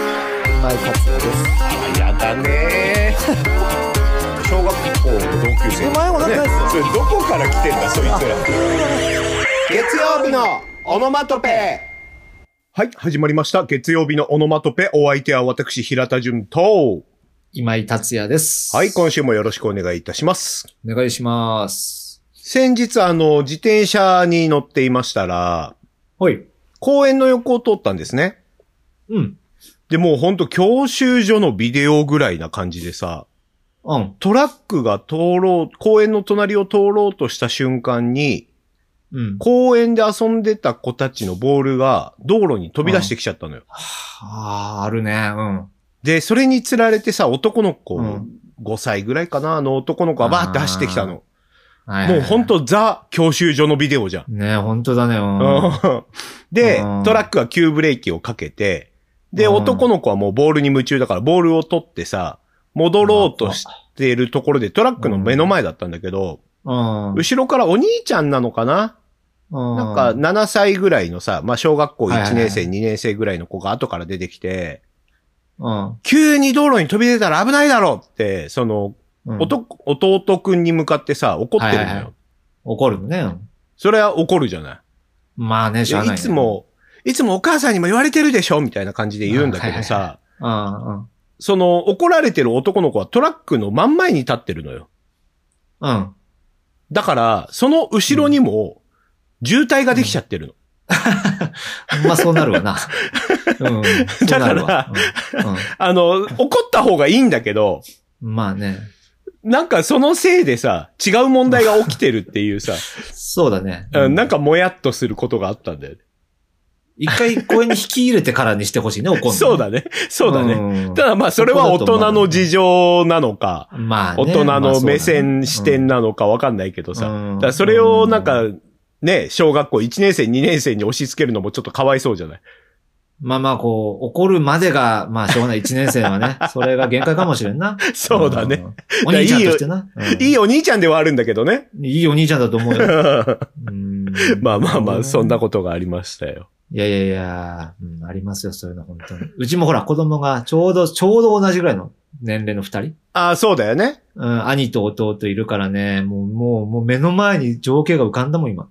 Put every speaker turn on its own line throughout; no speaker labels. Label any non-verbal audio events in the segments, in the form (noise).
今井達也です
あやだねー小学校の同級生
お前も仲良いっすよ
それどこから来てんだそいつら
月曜日のオノマトペ
はい始まりました月曜日のオノマトペお相手は私平田純と
今井達也です。
はい今週もよろしくお願いいたします
お願いします。
先日あの自転車に乗っていましたら
はい。
公園の横を通ったんですね
うん。
でもうほんと教習所のビデオぐらいな感じでさ
うん。
トラックが通ろう、公園の隣を通ろうとした瞬間に、
うん。
公園で遊んでた子たちのボールが道路に飛び出してきちゃったのよ。
はあ、あるね。うん。
で、それにつられてさ、男の子、
うん
5歳ぐらいかな、あの男の子がバーって走ってきたの。
はい
もうほん。とザ教習所のビデオじゃん。
ね本当だね。うん。
うんで
うん、
トラックが急ブレーキをかけて、で、
うん
男の子はもうボールに夢中だから、ボールを取ってさ、戻ろうとしてるところで、トラックの目の前だったんだけど、
うん。
後ろからお兄ちゃんなのかななんか
うん、
7歳ぐらいのさ、まあ小学校
はいはい
1
はい
年生、2年生ぐらいの子が後から出てきて、
うん。
急に道路に飛び出たら危ないだろって、その、
うん
おと弟くんに向かってさ、怒ってるのよ。
はいはいはい怒るのね。うん
それは怒るじゃない。
まあね、しゃあない
い
ね。
つ。も、いつもお母さんにも言われてるでしょみたいな感じで言うんだけど
はい
さ、
うん。うん。
その怒られてる男の子はトラックの真ん前に立ってるのよ。
うん。
だから、その後ろにも、渋滞ができちゃってるの。
まあそうなるわ
(laughs)
な。うん。そうなるわ。
あの、怒った方がいいんだけど、
うんうんまあね。
なんかそのせいでさ、違う問題が起きてるっていうさ、
そうだね。
うんなん
か、
かもやっとすることがあったんだよね。
一回公園に引き入れてからにしてほしいね、怒るのね
そうだね。そうだね。
ね
ただまあそれは大人の事情なのか、
まあ、ね、
大人
まあそ
の
うだね
目線視点なのかわかんないけどさ、
うん
だからそれをなんかね、小学校1年生、2年生に押し付けるのもちょっとかわいそうじゃない
まあまあ、こう、怒るまでが、まあ、しょうがない。一年生は
(laughs)
ね、それが限界かもしれんな。
そうだね。
うん。お兄ちゃんとしてな。うん
いいお兄ちゃんではあるんだけどね。
いいお兄ちゃんだと思う
(laughs)
よ。
ま
うん
あまあまあ、そんな
こ
ことがありましたよ。
と。いやいやいや、うんありますよ、そういうの、本当に。うちもほら、子供がちょうど、ちょうど同じぐらいの年齢の二人。
ああ、そうだよね。
うん、兄と弟いるからね、もう、もう、もう目の前に情景が浮かんだもん、
(laughs)
今。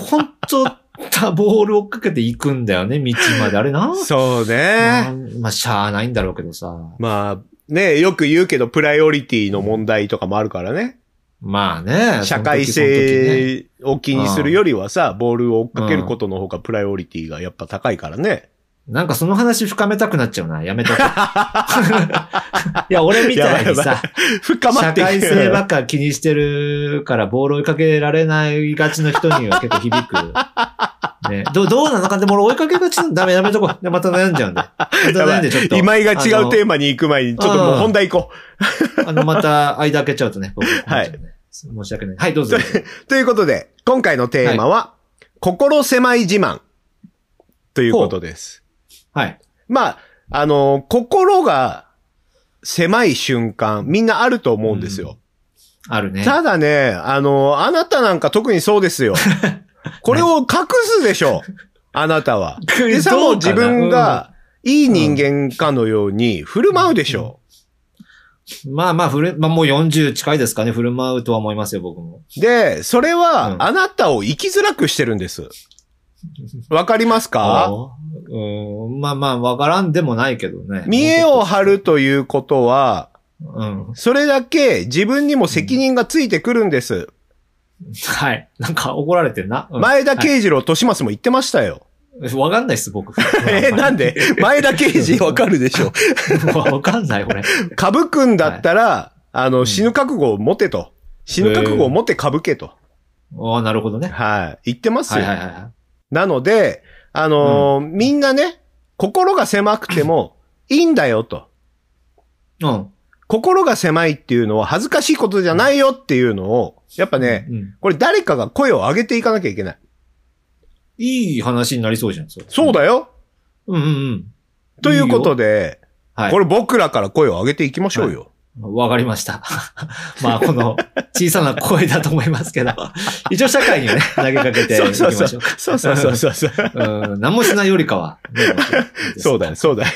本当たボール追っかけていくんだよね、道まで。あれな
そう
まあ
ね。
まあ、しゃあないんだろうけどさ。
まあ、ね、よく言うけど、プライオリティの問題とかもあるからね。
まあね。
社会性を気にするよりはさ、ボールを追っかけることの方がプライオリティがやっぱ高いからね。
なんかその話深めたくなっちゃうな。やめと
(laughs)
こういや、俺みたいに
やばいや
さ、
深ま
社
っていく
会性ばっか気にしてるからボール追いかけられないがちの人には結構響く。
(laughs)
ね、どうどうなのかでも俺追いかけがちなんだ。ダメ、やめとこう。で、また悩んじゃうんで。また
やば
悩
い
んでちょっと。
(laughs) 今井が違うテーマに行く前に、ちょっともう本題行こ
あの、また間開けちゃうとね、僕、
は
困っ
い
ちゃうね申し訳ない。はい、ど
(laughs)
うぞ。
う。ということで、今回のテーマは、心狭い自慢。ということです。
はい。
まあ、あの、心が狭い瞬間、みんなあると思うんですよ。
あるね。
ただね、あの、あなたなんか特にそうで
(laughs)
すよ。これを隠すでしょう。あなた
(laughs)
は。でさも自分が、いい人間かのように振る舞うでしょ
まあまあ、ふる、まあもう40近いですかね、振る舞うとは思いますよ、僕も。
う。で、それ
う
は、
ん
あなたを生きづらくしてるんです。わかりますか
うん、まあまあ、わからんでもないけどね。
見栄を張るということは、
うん。
それだけ自分にも責任がついてくるんです。
はい。なんか怒られてんな。うん
前田慶次郎としますも言ってましたよ。
(laughs) わかんないっす、僕。
(laughs)
(laughs)
え、なんで前田慶次わかるでしょ
わかんない、俺。
かぶくんだったら、あの、
ん
死ぬ覚悟を持てと。死ぬ覚悟を持ってかぶけと。
ああ、なるほど
(laughs)
ね。
はい。言ってます
は
よ。
いはいはいはい。
なので、あのーみんなね、心が狭くてもいいんだよと。
うん。
心が狭いっていうのは恥ずかしいことじゃないよっていうのを、やっぱね、
うん。
これ誰かが声を上げていかなきゃいけない。
いい話になりそうじゃん、それ。
そうだよ、
うんうんうん。
ということ
で。
で、
はい。
これ僕らから声を上げていきましょうよ。
わかりました。 (laughs) まあ、この小さな声だと思います
(laughs)
けど、一応社会にね、投げかけていき
そう
ましょ
そううそう。そうそうそうそう (laughs) そう。
か。うん、何もしないよりかは。ね
(laughs) そうだよ、。そうだよ。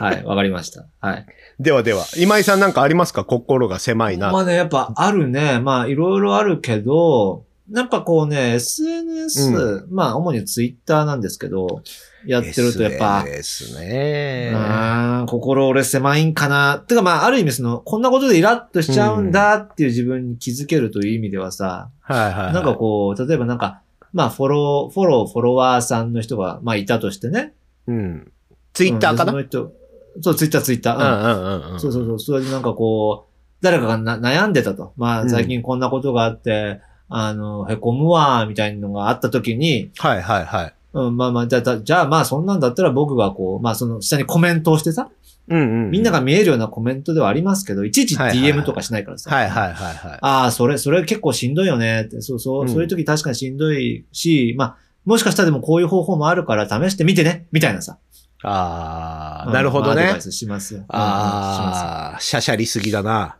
はい、わかりました。はい。
ではでは、今井さんなんかありますか心が狭いな。
まあね、やっぱあるね。まあいろいろあるけど、やっぱこうね、SNS、まあ主にツイッターなんですけど、やってるとやっぱ、
ですね。
うーん心折れ狭いんかな。てかまあある意味その、こんなことでイラッとしちゃうんだっていう自分に気づけるという意味ではさ、
はいはい。
なんかこう、例えばなんか、まあフォロー、フォロー、フォロワーさんの人が、まあいたとしてね。
うん。ツイッターかな
う
うん
でその人そう、ツイッター、ツイッター。うん
んうんうん。
そうそうそう。それでなんかこう、誰かがな悩んでたと。ま
う
あ、
ん
最近こんなことがあって、あの、へこむわ、みたいなのがあった時に、
はいはいはい。
うん、まあまあ、じゃあた、じゃあまあ、そんなんだったら僕がこう、まあ、その下にコメントをしてさ、
うんうん。
みんなが見えるようなコメントではありますけど、いちいち
はいはいはい
DM とかしないからさ。
はいはいはいはい。
ああ、それ、それ結構しんどいよねって、そうそう、
うん
そういう時確かにしんどいし、まあ、もしかしたらでもこういう方法もあるから試してみてね、みたいなさ。
あ
う
あ、
ん
なるほど
まあアド
ね
バイ。スしますよ。うんうんします
ああ、しゃしゃりすぎだな。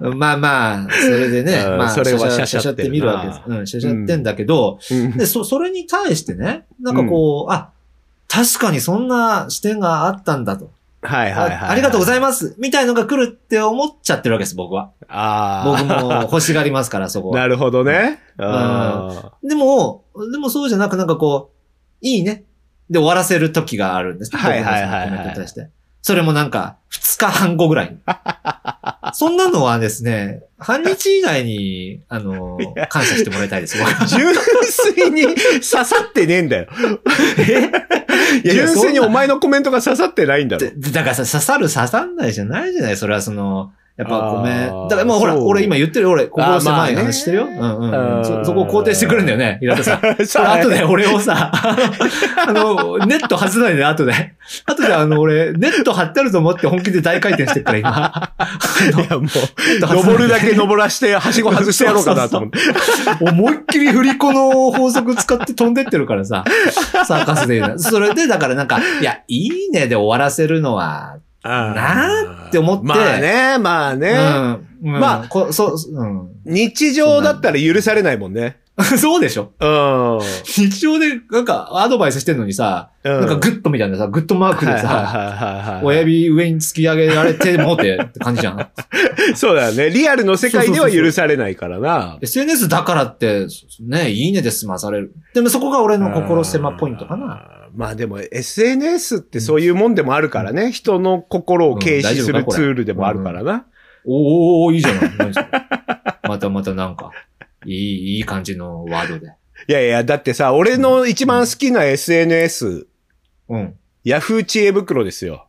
まあまあ、それでね、
うん
まあ、
それは
しゃ
しゃしゃって
しゃしゃってみるわけ
る
で
な
す。うん、しゃしゃってんだけど、
うん
で、そ、それに対してね、なんかこう、あ、確かにそんな視点があったんだと。
はいはいはい。
あありがとうござい
ま
ますみたいのが来るって思っちゃってるわけです、僕は。
す。あ
僕
あ。
も欲しがりますから、そこは
なるほどね。うん
んでも、でもそうじゃなく、なんかこう、いいね。で、終わらせる時があるんですね。
はいはいはいはい
僕のそのコメントに対して。それもなんか、2日半後ぐ
(laughs)
らいに。そんなのはですね、半日以内に、あの、感謝してもらいたい
(laughs)
です。僕は
純粋に刺さってねえん
(laughs)
だよ。いや、
いや
純粋に
そんな
お前のコメントが刺さってないんだろ
で。だからさ、刺さる刺さんないじゃないじゃないそれはその、やっぱ
あー
ごめん。だからもうほら、
そう
俺今言ってるよ俺、心狭い
あーまあね
話してるよ。うんうんう
うん
ん。そそこを肯定してくるんだよね、平田さん。
(laughs)
それ
あ
後で俺をさ、 (laughs) あの、ネット外さないで、後で。後であの、俺、ネット張ってあると思って本気で大回転してるから、今。あ
い
の
や、もう、
ネット外さない
登
で
るだけ登らして、はしご外してやろうかなと思って。
思いっきり振り子の法則使って飛んでってるからさ、サーカスで言うな。それで、だからなんか、いや、いいねで終わらせるのは、なーって思って
まあね、まあね。
うん。
ま
まあ、こそう、うん。 (laughs)
日常だったら許されないもんね。
そうでしょ
うん。うん
日常で、なんか、アドバイスしてんのにさ、なんかグッドみたいなさ、グッドマークで
はい
さ、
はいはいはい
親指上に突き上げられてもうてって感じじゃん。
そうだよね。リアルの世界では許されないからな。
SNS だからって、ね、いいねで済まされる。でもそこが俺の心狭ポイントかな。
あー。まあでも SNS ってそういうもんでもあるからね。人の心を軽視するツールでもあるからな。
おーおーいいじゃ (laughs) ない。何それまたまたなんか、いい、いい感じのワードで。
いやいや、だってさ、俺の一番好きな SNS、
うん。
ヤフー知恵袋ですよ。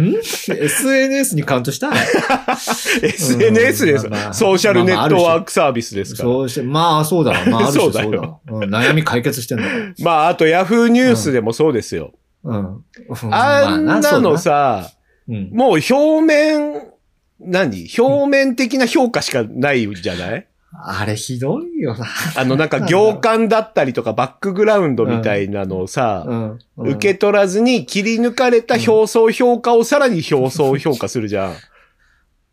ん ?SNS にカウントした
SNS です
まあまあ。
ソーシャルネットワークサービスですから。
そうして、まあそうだな。まあある種 (laughs)
そ
そうう
だ
だ
よ
な。うん悩み解決してんだから。
まあ、あとヤフーニュースでもそうですよ。
うん。
あんなの、
まあ
さ、
そうだうん。
もう表面、何表面的な評価しかないじゃない
あれひどいよな。
あのなんか行間だったりとかバックグラウンドみたいなのをさ、
ん。
受け取らずに切り抜かれた表層評価をさらに表層評価するじゃん。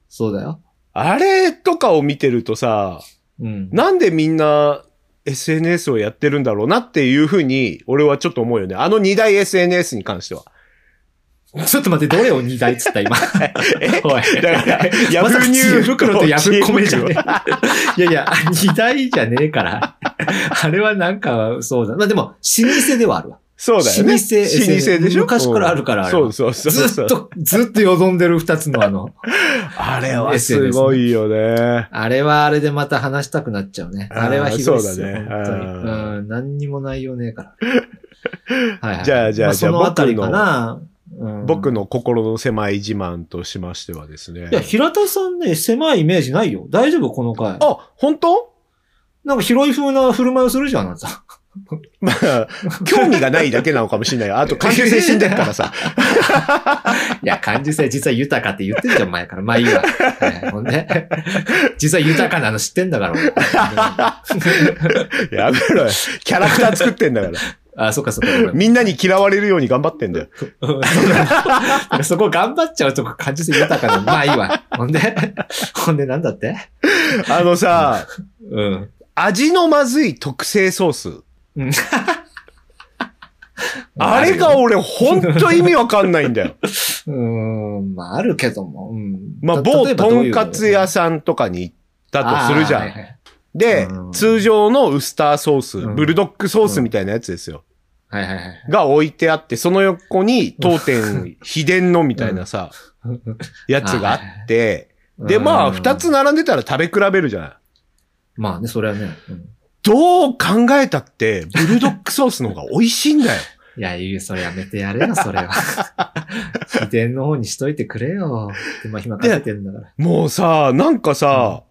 そうだよ。
あれとかを見てるとさ、
うん。
なんでみんな SNS をやってるんだろうなっていうふうに、俺はちょっと思うよね。あの二大 SNS に関しては。
ちょっと待って、どれを2台っつった、 (laughs) 今。おい。
だから、
(laughs)
ヤ
ま
フ
さか
ーニ
知
ュ
恵
ース
袋とヤフーコメじゃね (laughs) え。
知恵
いやいや、2台じゃねえから。 (laughs) あれはなんか、そうだ。まあでも、老舗ではあるわ。
そうだよね。
老舗 SNS
老舗でしょ
昔からあるからあれ
そう
は
そうそうそう。
ずっと、ずっとよどんでる2つのあの。
あれはすごいよね。
あれはあれでまた話したくなっちゃうね。
あー
あれはひどいっすよ、
そうだね
本当に。
あ
うん、何にも内容ねえ
(laughs)
から。はいはい。
じゃあじゃあ
ま
じ
そ
ゃあ
のあたりかな。うん
僕の心の狭い自慢としましてはですね
い。や、平田さんね、狭いイメージないよ。大丈夫この回。
あ、本当 (laughs)
なんか広い風な振る舞いをするじゃん、あなた。
まあ、興味がないだけなのかもしれない。あと、関係性死んでっからさ。
いや、感受性実は豊かって言ってるじゃん、前から。まあいいわ。はいほんで。実は豊かなの知ってんだから、俺
やめろよ。キャラクター作ってんだから。
あ、そっかそっかご
(laughs)
めん。
みんなに嫌われるように頑張ってんだよ。
うんそこそこ頑張っちゃうとこ感じ性豊かな。まあいいわ。ほんで、ほんでなんだって
あのさ、
うん。
味のまずい特製ソース。あ
あ
れ
れ
が
が、
俺ほんと意味わかんない
(laughs)
んだよ。
うん、まああるけども。うん。
まあ、
た
某
例えば
と
どうい
ん
う
かつ屋さんとかに行ったとするじゃ
あー
ん。
はいはい
で
う、ん
通常のウスターソース、
うん
ブルドックソースみたいなやつですよ。
はいはいはい。
が置いてあって、その横に当店秘伝のみたいなさ、やつがあって、で、まあ、
うん
二つ。並んでたら食べ比べるじゃない。
まあね、それはね。うん
どう考えたって、ブルドックソースの方が美味しいんだよ。
いや、ゆう、それやめてやれよ、それ
(laughs)
は。秘伝の方にしといてくれよ。手間暇かけてんだから。
もうさ、なんかさ、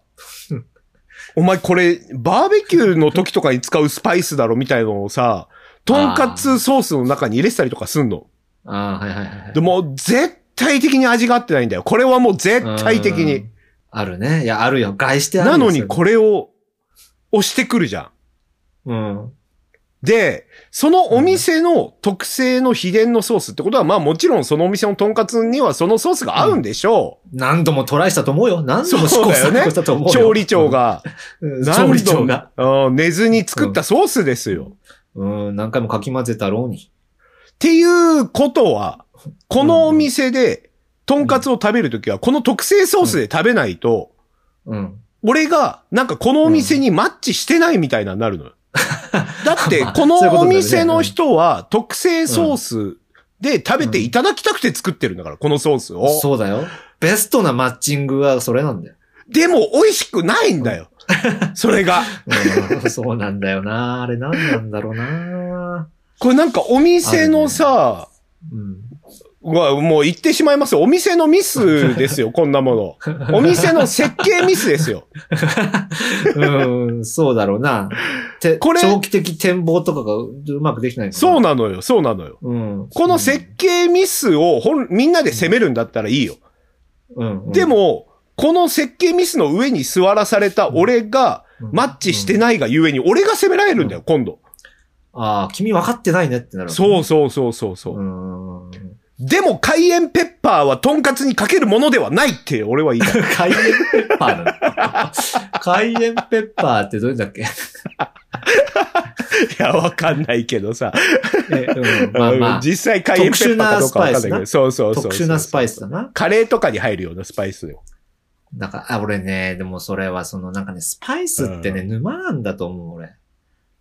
お前これ、バーベキューの時とかに使うスパイスだろみたいのをさ、とんかつソースの中に入れてたりとかすんの。
ああ、はいはいはい。
でも、絶対的に味が合ってないんだよ。これはもう絶対的
う
に
ん。。あるね。いや、あるよ。外してあるよ
なのに
それ
これを押してくるじゃん。
うん。
で、そのお店の特製の秘伝のソースってことは、まあもちろんそのお店のとんかつにはそのソースが合うんでしょ
何度もトライしたと思うよ。何度も試行
そう
錯
だよね
誤したと思
う。
うよ。
調理長が。
うん。調理長が。
何度も。うん寝ずに作ったソースですよ。
うん、何回もかき混ぜたろうに。
っていうことは、このお店で、とんかつを食べるときは、この特製ソースで食べないと、
うん。
俺が、なんかこのお店にマッチしてないみたいなになるのよ。だ
(laughs)
って、
まあ
この
そういうこ
お
とだよね
店の人は、特製ソースで食べていただきたくて作ってるんだから、このソースを。
そうだよ。ベストなマッチングはそれなんだよ。
でも、美味しくないんだよ。そ
(laughs)
れが。
うん、そうなんだよな。あれ何なんだろうな。
これなんかお店のさ、
うん。
うわもう言ってしまいますよ。お店のミスですよ、こんなもの。お店の設計ミスですよ。
うん、そうだろうな。て
これ
長期的展望とかがうまくできないのか
そうなのよ、そうなのよ。
うん。
この設計ミスをほんみんなで責めるんだったらいいよ。
うん、うん
で、も、この設計ミスの上に座らされた俺が、マッチして
い。
ないがゆえに、俺が責められるんだよ、今度。
ああ、君分かってないねってなる。
そうそうそうそうそうう。
ん。
でも、海塩ペッパーはとんかつにかけるものではないって、俺は言い (laughs) たい。
海塩ペッパー (laughs) なの海塩ペッパーってどれだ
(laughs)
っけ
いや、わかんないけどさ。
えうんまあまあ、
実際海塩ペッパーかどうかわかんないけど。
特殊なスパイスな
そうそうそうそう。
特殊なスパイスだな。
カレーとかに入るようなスパイスよ。
なんか、あ、俺ね、でもそれはそのなんかね、スパイスってね、
う
沼なんだと思う、俺。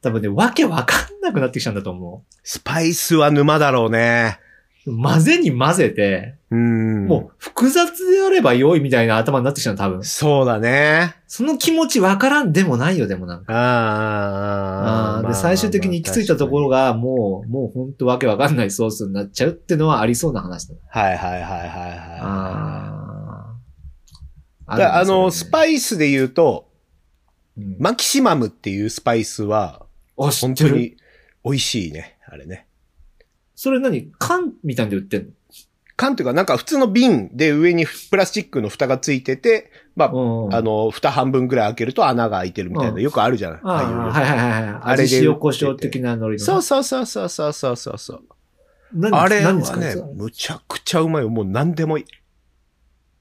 多分ね、わけわかんなくなってきちゃうんだと思
スパイスは沼だろうね。
う。混ぜに混ぜて、
うん。
もう複雑であれば良いみたいな頭になってきちゃうの、多分。
そうだね。
その気持ちわからんでもないよ、でもなんか。
あーあーあーあ
あ
ー
ー
まあ
で、最終的に行き着いたところ
が。
が、もう、もうほんとわけわかんないソースになっちゃうってのはありそうな話だ。
はいはいはいはいはい。
ああ。
だからあの、ス
イ、
パイスで言うと、
うん
マキシマムっていうスパイスは、
あ、知っ
本
て
当
る。
に美味しいね。あれね。
それ何缶みたいなんで売ってんの
缶というか、なんか普通の瓶で上にプラスチックの蓋がついてて、まあ、
うん
あの、蓋半分ぐらい開けると穴が開いてるみたいな、
うん
よくあるじゃない。
あ
ああいう
あ、はいはいはいはい。
あ
あ
れ
れ
で
で。塩胡椒的な海苔の。
そうそうそうそうそうそうそうそう。
何
あれは
何使うんで
ね
すか、
むちゃくちゃうまいよ。もう何でもいい。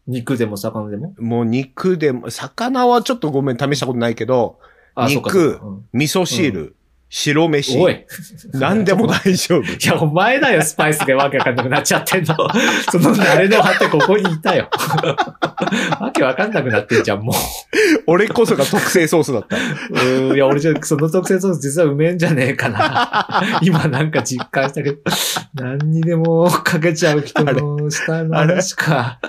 肉でも魚でも
もう肉でも、魚はちょっとごめん、試したことないけど、
あ
肉
そうかそうかうん
味噌汁、白飯、
おい。
何でも大丈夫。
(laughs) いや、お前だよ、スパイスでわけわかんなくなっちゃってんの。その慣れの果てここにいたよ。わけわかんなくなってんじゃん、も
俺こそが特製ソースだった。
う。うーんいや、俺じゃ、その特製ソース実はうめえんじゃねえかな。今なんか実感したけど、何にでもかけちゃう人の下の話か。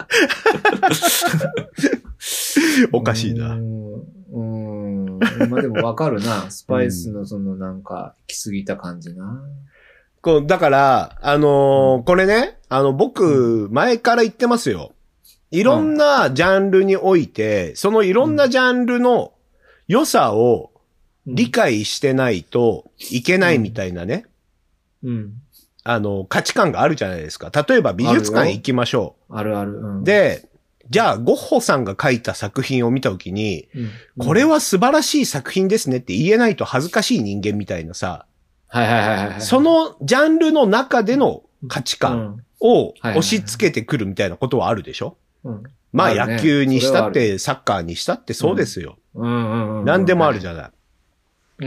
おかしいな
う。ーん。うーん。まあでもわかるな。スパイスのそのなんか、行き過ぎた感じな。
こうだから、あのーこれね、あの、僕、前から言ってますよ。いろんなジャンルにおいて、そのいろんなジャンルの良さを理解してないといけないみたいなね、
うん。
あの、価値観があるじゃないですか。例えば美
ある
術館
よ
行きましょ
あるある。う
う。
ん、
で、じゃあ、ゴッホさんが描いた作品を見たときに、
うん、
これは素晴らしい作品ですねって言えないと恥ずかしい人間みたいなさ、
はいはいはいはい。
そのジャンルの中での価値
う
観
ん
を
はい
押し付けてくるみたいなことはあるでしょ
うん
まあ
あるね
野球にしたっ
それ
て、サッカーにしたってそうですよ。
うんうんうん。
何でもあるじ
ゃ
ゃな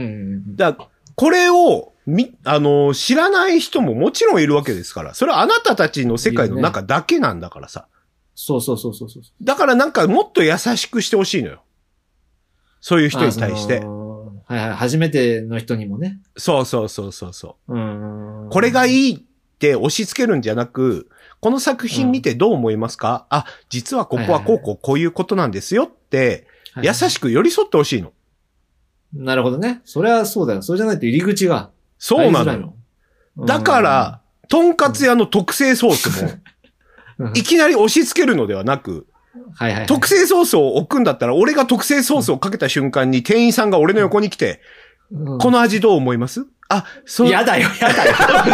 い。
ん。うんうん。
だからこれを、み、あの、知らない人ももちろんいるわけですから、それはあなたたちの世界の中だけなんだからさ。
そうそうそうそうそう。
だからなんかもっと優しくしてほしいのよ。そういう人に対し
あ
て。
そのはいはい。初めての人にもね。
そうそうそうそうそう。
うん。
これが
い。
いいって押し付けるんじゃなく、この作品見てどう思いますか、あ、実はここはこうこうこういうことなんですよって、優しく寄り添ってほしいの。
なるほどね。それはそうだよ。それじゃないと入り口が。
そうな
入りづ
の
らい
よ。だから、とんかつ屋の特製ソースも、
うん、うん
いきなり押し付けるのではなく、
はいはいはい。
特製ソースを置くんだったら、俺が特製ソースをかけた瞬間に店員さんが俺の横に来て、
うん
この味どう思いますあ、そう。
やだよ、やだよ。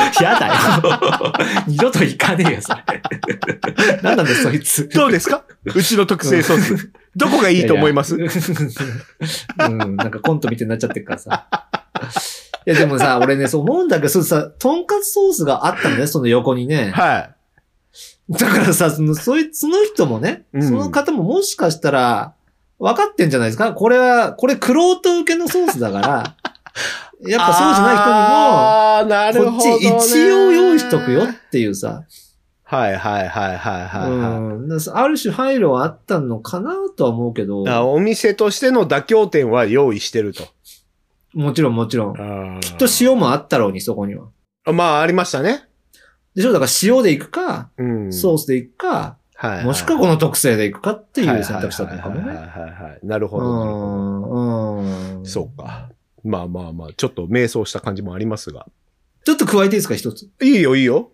(laughs) やだよ。
(laughs)
二度と行かねえよ、それ。なんなんだよ、そいつ。
どうですか (laughs) うちの特製ソース。 (laughs) どこがいいと思います
やや (laughs) うん、なんかコントみたいになっちゃってるからさ。いや、でもさ、俺ね、そう思うんだけど、そうさ、とんかつソースがあったのね、その横にね。
はい。
だからさ、その、そいつその人もね、
うん
その方ももしかしたら、分かってんじゃないですかこれは、これ、クロート受けのソースだから、やっぱそうじゃ
あーな
ない人
る
にも、
ほ
こっ
ど、ね。
ち一応用意しとくよっていうさ、
はいはいはいはいはい、はい
うんだからある種配慮はあったのかなとは思うけど
だ、からお店としての妥協点は用意してると。
もちろんもちろん。き
き
っと塩もあったろうに、そこには。
まあ、ありましたね。
でしょだから塩で行くか、
うん。
ソ
う。
ースで行くか、
はい、
もしくはこの特性で行くかって
て
いう選択肢だったのかも
はいは
ね。
いはいはいはい。なる
う
ほどなるほ
ん。うん
ど。そうか。まあまあまあ、ちょっと迷走した感じもありますが。
ちょっと加えていいですか、一つ。
いいよいいよ。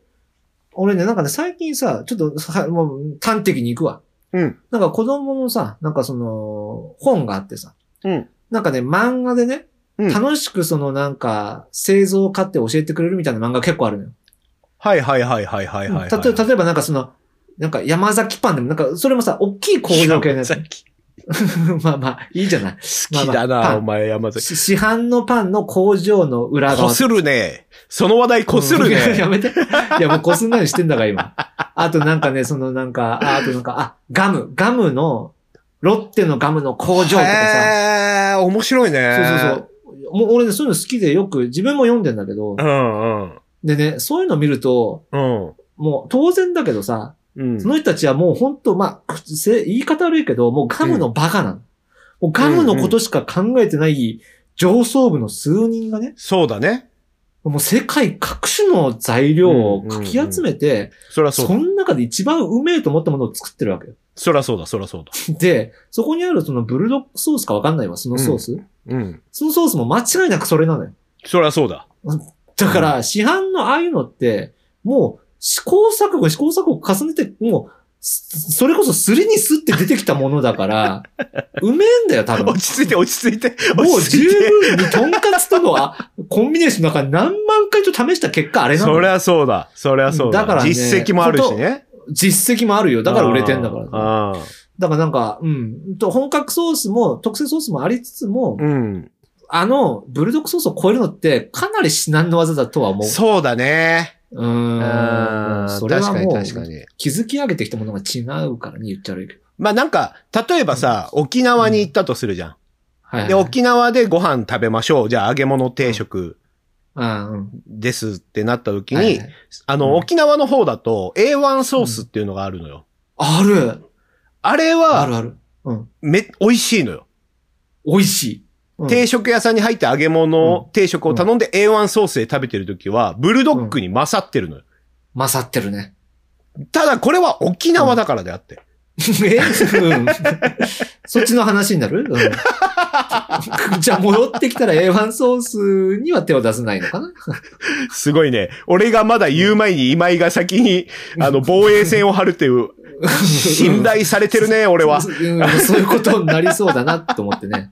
俺ね、なんかね、最近さ、ちょっと、はもう端的に行くわ。
うん。
なんか子供のさ、なんかその、本があってさ。
うん
なんかね、漫画でね、
うん
楽しくそのなんか、製造を買って教えてくれるみたいな漫画結構あるのよ。
はいはいはいはいはいはい、はい。
例えば、例えばなんかその、なんか山崎パンでも、なんかそれもさ、大きい工場系のやつ。 (laughs) まあまあ、いいじゃない。
(laughs) 好き
まあ
だな、
まあパン
お前山崎。
し市販のパンの工場の裏側。
こするね。その話題こする
うん (laughs)
ね。
やめて。いや、もうこすんなにしてんだから、今。あとなんかね、そのなんか、ああとなんか、あ、ガム、ガムの、ロッテのガムの工場とかさ。
へー、面白いね。
そうそうそう。もう俺ね、そういうの好きでよく自分も読んでんだけど、
うんうん。
でね、そういうの見ると、
うん。
もう当然だけどさ、
うん
その人たちはもう本当まあ、口せ言い方悪いけど、もうガムのバカなの。もうガムのことしか考えてない上層部の数人がね、
そうだね。
もう世界各種の材料をかき集めて、
そらそう
そ
だ。
の中で一番うめえと思ったものを作ってるわけよ。
そらそうだ、そらそうだ。
で、そこにあるそのブルドックソースかわかんないわ、そのソース。
うん。
そのソースも間違いなくそれなのよ。
そらそうだ。
だから、市販のああいうのって、もう試行錯誤、試行錯誤を重ねて、もう、すそれこそすりにすって出てきたものだ
(laughs)
から、うめえんだよ、多分。
落ち着いて、落ち着いて、
も
落
う
ち
十
着い
分
て。
にとんかつとのあコンビネーションの中で何万回と試した結果あれな
そり
の
ゃそうだ。そりゃそうだ。
だからね
実績もあるしね。
実績もあるよ。だから売れてんだから。
あーあー
だからなんか、うん。と本格ソースも、特製ソースもありつつも、
うん。
あの、ブルドックソースを超えるのってかなり至難の技だとは思う。
そうだね。
うーん。
うん
それは
確かに
もう、
確かに。
築き上げてきたものが違うからに言っちゃ悪いけど。
まあなんか、例えばさ、沖縄に行ったとするじゃん。
はい、はい。
で、沖縄でご飯食べましょう。じゃあ揚げ物定食
うんうん。
ですってなった時
はい
に
は、い
あ
うん
の、沖縄の方だと A1 ソースっていうのがあるのよ。
ある
あれ
あ
は、
るある。うん。
め、美味しいのよ。
美味しい。うん
定食屋さんに入って揚げ物、
う
定食を頼んで A1 ソースで食べてるときは、ブルドックに勝ってるのよ。
勝ってるね。 (laughs)
ただこれは沖縄だからであって。
え、うん、そっちの話になる、うん、 (laughs) じゃあ戻ってきたら A1 ソースには手を出せないのかな
すごいね。俺がまだ言う前に今井が先に、
(laughs)
あの、防衛線を張るという、信頼されてるね、俺
う
は。
んそういうことになりそうだなと思って (laughs) ね。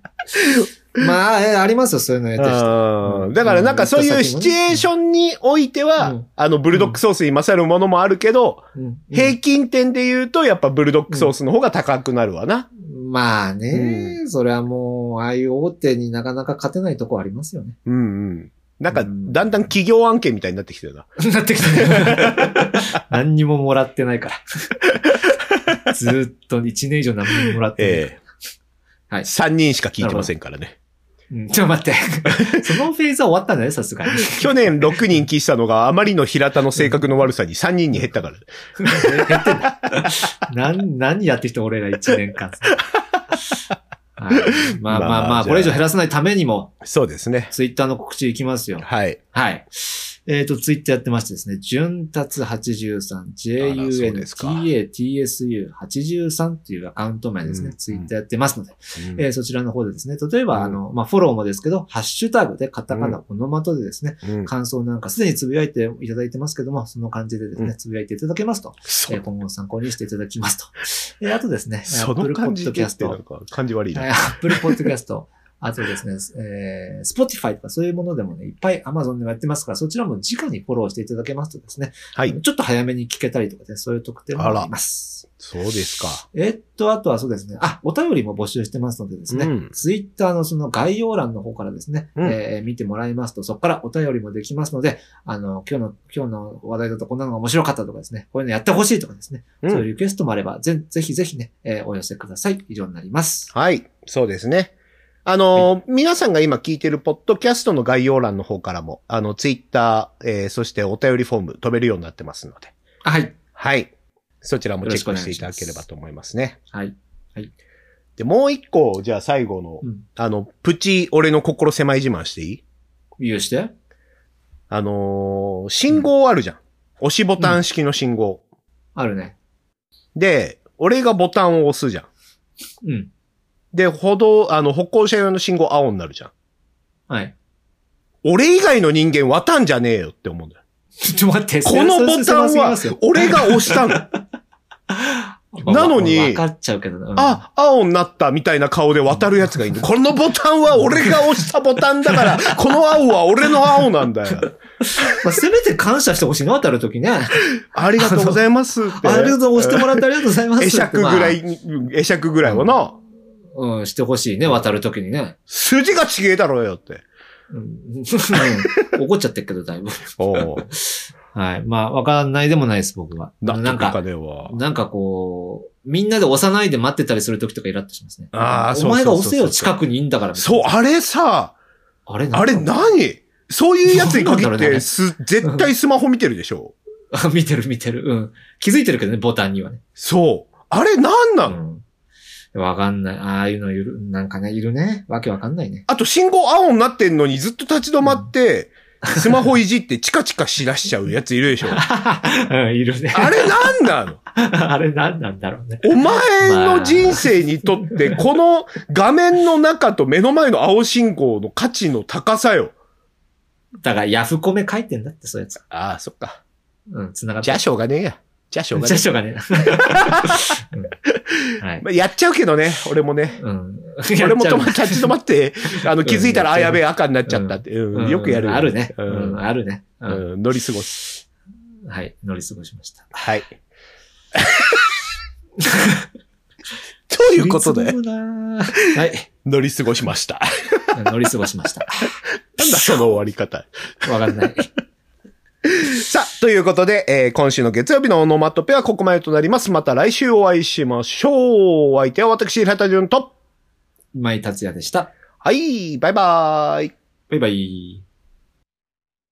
まあ、えありますよ、そういうのやってる人。
う
うん
んだからなんかそういうシチュエーションにおいては、
うん
あの、ブルドックソースに勝るものもあるけど、
うん
平均点で言うと、やっぱブルドックソースの方が高くなるわな。
まあね、それはもう、ああいう大手になかなか勝てないとこありますよね。
うんうん。なんか、
うん
だんだん企業案件みたいになってきてるな。
(laughs) なってきたね。 (laughs) 何にももらってない (laughs) から。ずーっと1年以上何ももらってない。
ええ
はい
3人しか聞いてませんからね。
うんちょっと (laughs) 待って。そのフェーズは終わったんだね、さすがに。
去年6人聞いてたのがあまりの平田の性格の悪さに3人に減ったから。
やってんだ (laughs) なん何やってきた俺ら1年間。はいまあまあま
ま
あ、
あ
これ以上減らさないためにも、
そうですね。
ツイッターの告知いきますよ。
はい。
はい。えっ、と、ツイッターやってましてですね、純達83、
らそうですか
juntatsu83 っていうアカウント名ですね、
うん
ツイッターやってますので、
うん
えーそちらの方でですね、例えば、
うん
あの、まあ、フォローもですけど、ハッシュタグでカタカナ、オノマトでですね、
うん
感想なんかすでにつぶやいていただいてますけども、その感じでですね、つぶやいていただけますと、
そ
えー今後参考にしていただきますと。
(laughs)
えーあとですね、
その感じ
Apple
でっ
Podcast
てなんか感じ悪い
は
な。
い、Apple Podcast。あとですね、えー、Spotify とかそういうものでもね、いっぱい Amazon でもやってますから、そちらも直にフォローしていただけますとですね、
はい。
ちょっと早めに聞けたりとかね、そういう特典もあります。
そうですか。
えっと、あとはそうですね、あ、お便りも募集してますのでですね、
うん
Twitter のその概要欄の方からですね、
うん
えー見てもらいますと、そこからお便りもできますので、あの、今日の、今日の話題だとこんなのが面白かったとかですね、こういうのやってほしいとかですね、
うん
そういうリクエストもあれば、ぜぜひぜひね、えーお寄せください。以上になります。
はい。そうですね。あの、皆さんが今聞いてるポッドキャストの概要欄の方からも、あの、ツイッター、えーそしてお便りフォーム飛べるようになってますので。
はい。
はい。そちらもチェックしていただければと思いますね。
はい。
で、もう一個、じゃあ最後の、
うん
あの、プチ、俺の心狭い自慢していい
言うして。
あのー信号あるじゃん。押しボタン式の信号。
あるね。
で、俺がボタンを押すじゃん。
うん。
で、歩道、あの、歩行者用の信号青になるじゃん。
はい。 (laughs)
俺以外の人間渡んじゃねえよって思うんだよ。
ちょっと待って、
この
それ
ボタンは、俺が押した (laughs) の。なのに
分かっちゃうけどな。うん、
あ、青になったみたいな顔で渡るやつがいる。このボタンは俺が押したボタンだから、この青は俺の青なんだよ。
まあ、せめて感謝してほしいな、渡るとき (laughs) ね。あ
ありがとうございますって。
りがとう、押してもらってありがとうございます。
会釈ぐらい、会釈ぐらいはな、
まあ。うん、してほしいね、渡るときにね。
筋がちげえだろうよって。
(laughs) うんうん、怒っちゃってるけど、だいぶ。(laughs)
おう
はい。まあ、わかんないでもないです、僕は。
納
なん
得か
か、
ねは。
なんかこう、みんなで押さないで待ってたりするときとかイラッとしますね。
あーそ
お
う
前が
そう
押
そう
せ
そう
よ、近くにいいんだから。
そう、あれさ、
あれ
あれ何そういうやつに限
なんだろう
っ
ね
て、す、絶対スマホ見てるでしょ
あ (laughs) 見てる見てる。うん。気づいてるけどね、ボタンにはね。
そう。あれなんな
う
の
ん。わかんない。ああいうのいる、なんかね、いるね。わけわかんないね。 (laughs)
あと信号青になってんのにずっと立ち止まって、スマホいじってチカチカしらしちゃうやついるでしょ
うん、いるね。
あれなんなの
(laughs) あれ何なんだろうね。
お前の人生にとって、この画面の中と目の前の青信号の価値の高さよ。
だから、ヤフコメ書いてんだって、そういうやつ。
ああ、そっか。
うん、繋がって
じ
る。
ゃあしょうがねえや。じゃあしょうが
じゃ
ねえ
あしょうがね。
(laughs)
うんはい。
まあ。やっちゃうけどね、俺もね。
うん。
俺も
やっちゃ
と
う
ま立ち止ま (laughs) って、あの気づいたら、
うん
あ、やべえ、赤になっちゃったって。
う
うんん、よくやる。
あるね。う、
うんん。
あるね。うん。
うん乗り過ごす。
はい。乗り過ごしました。
はい。 (laughs) ということで
乗、り過ごす (laughs) なーはい。
乗り過ごしました。
乗り過ごしました。
なんだその終わり方。
わかんない。
さあ、ということで、えー今週の月曜日のオノマトペはここまでとなります。また来週お会いしましょう。お相手は私、平田純と。
今井達也でした。
はい、バイバイ。
バイバイ。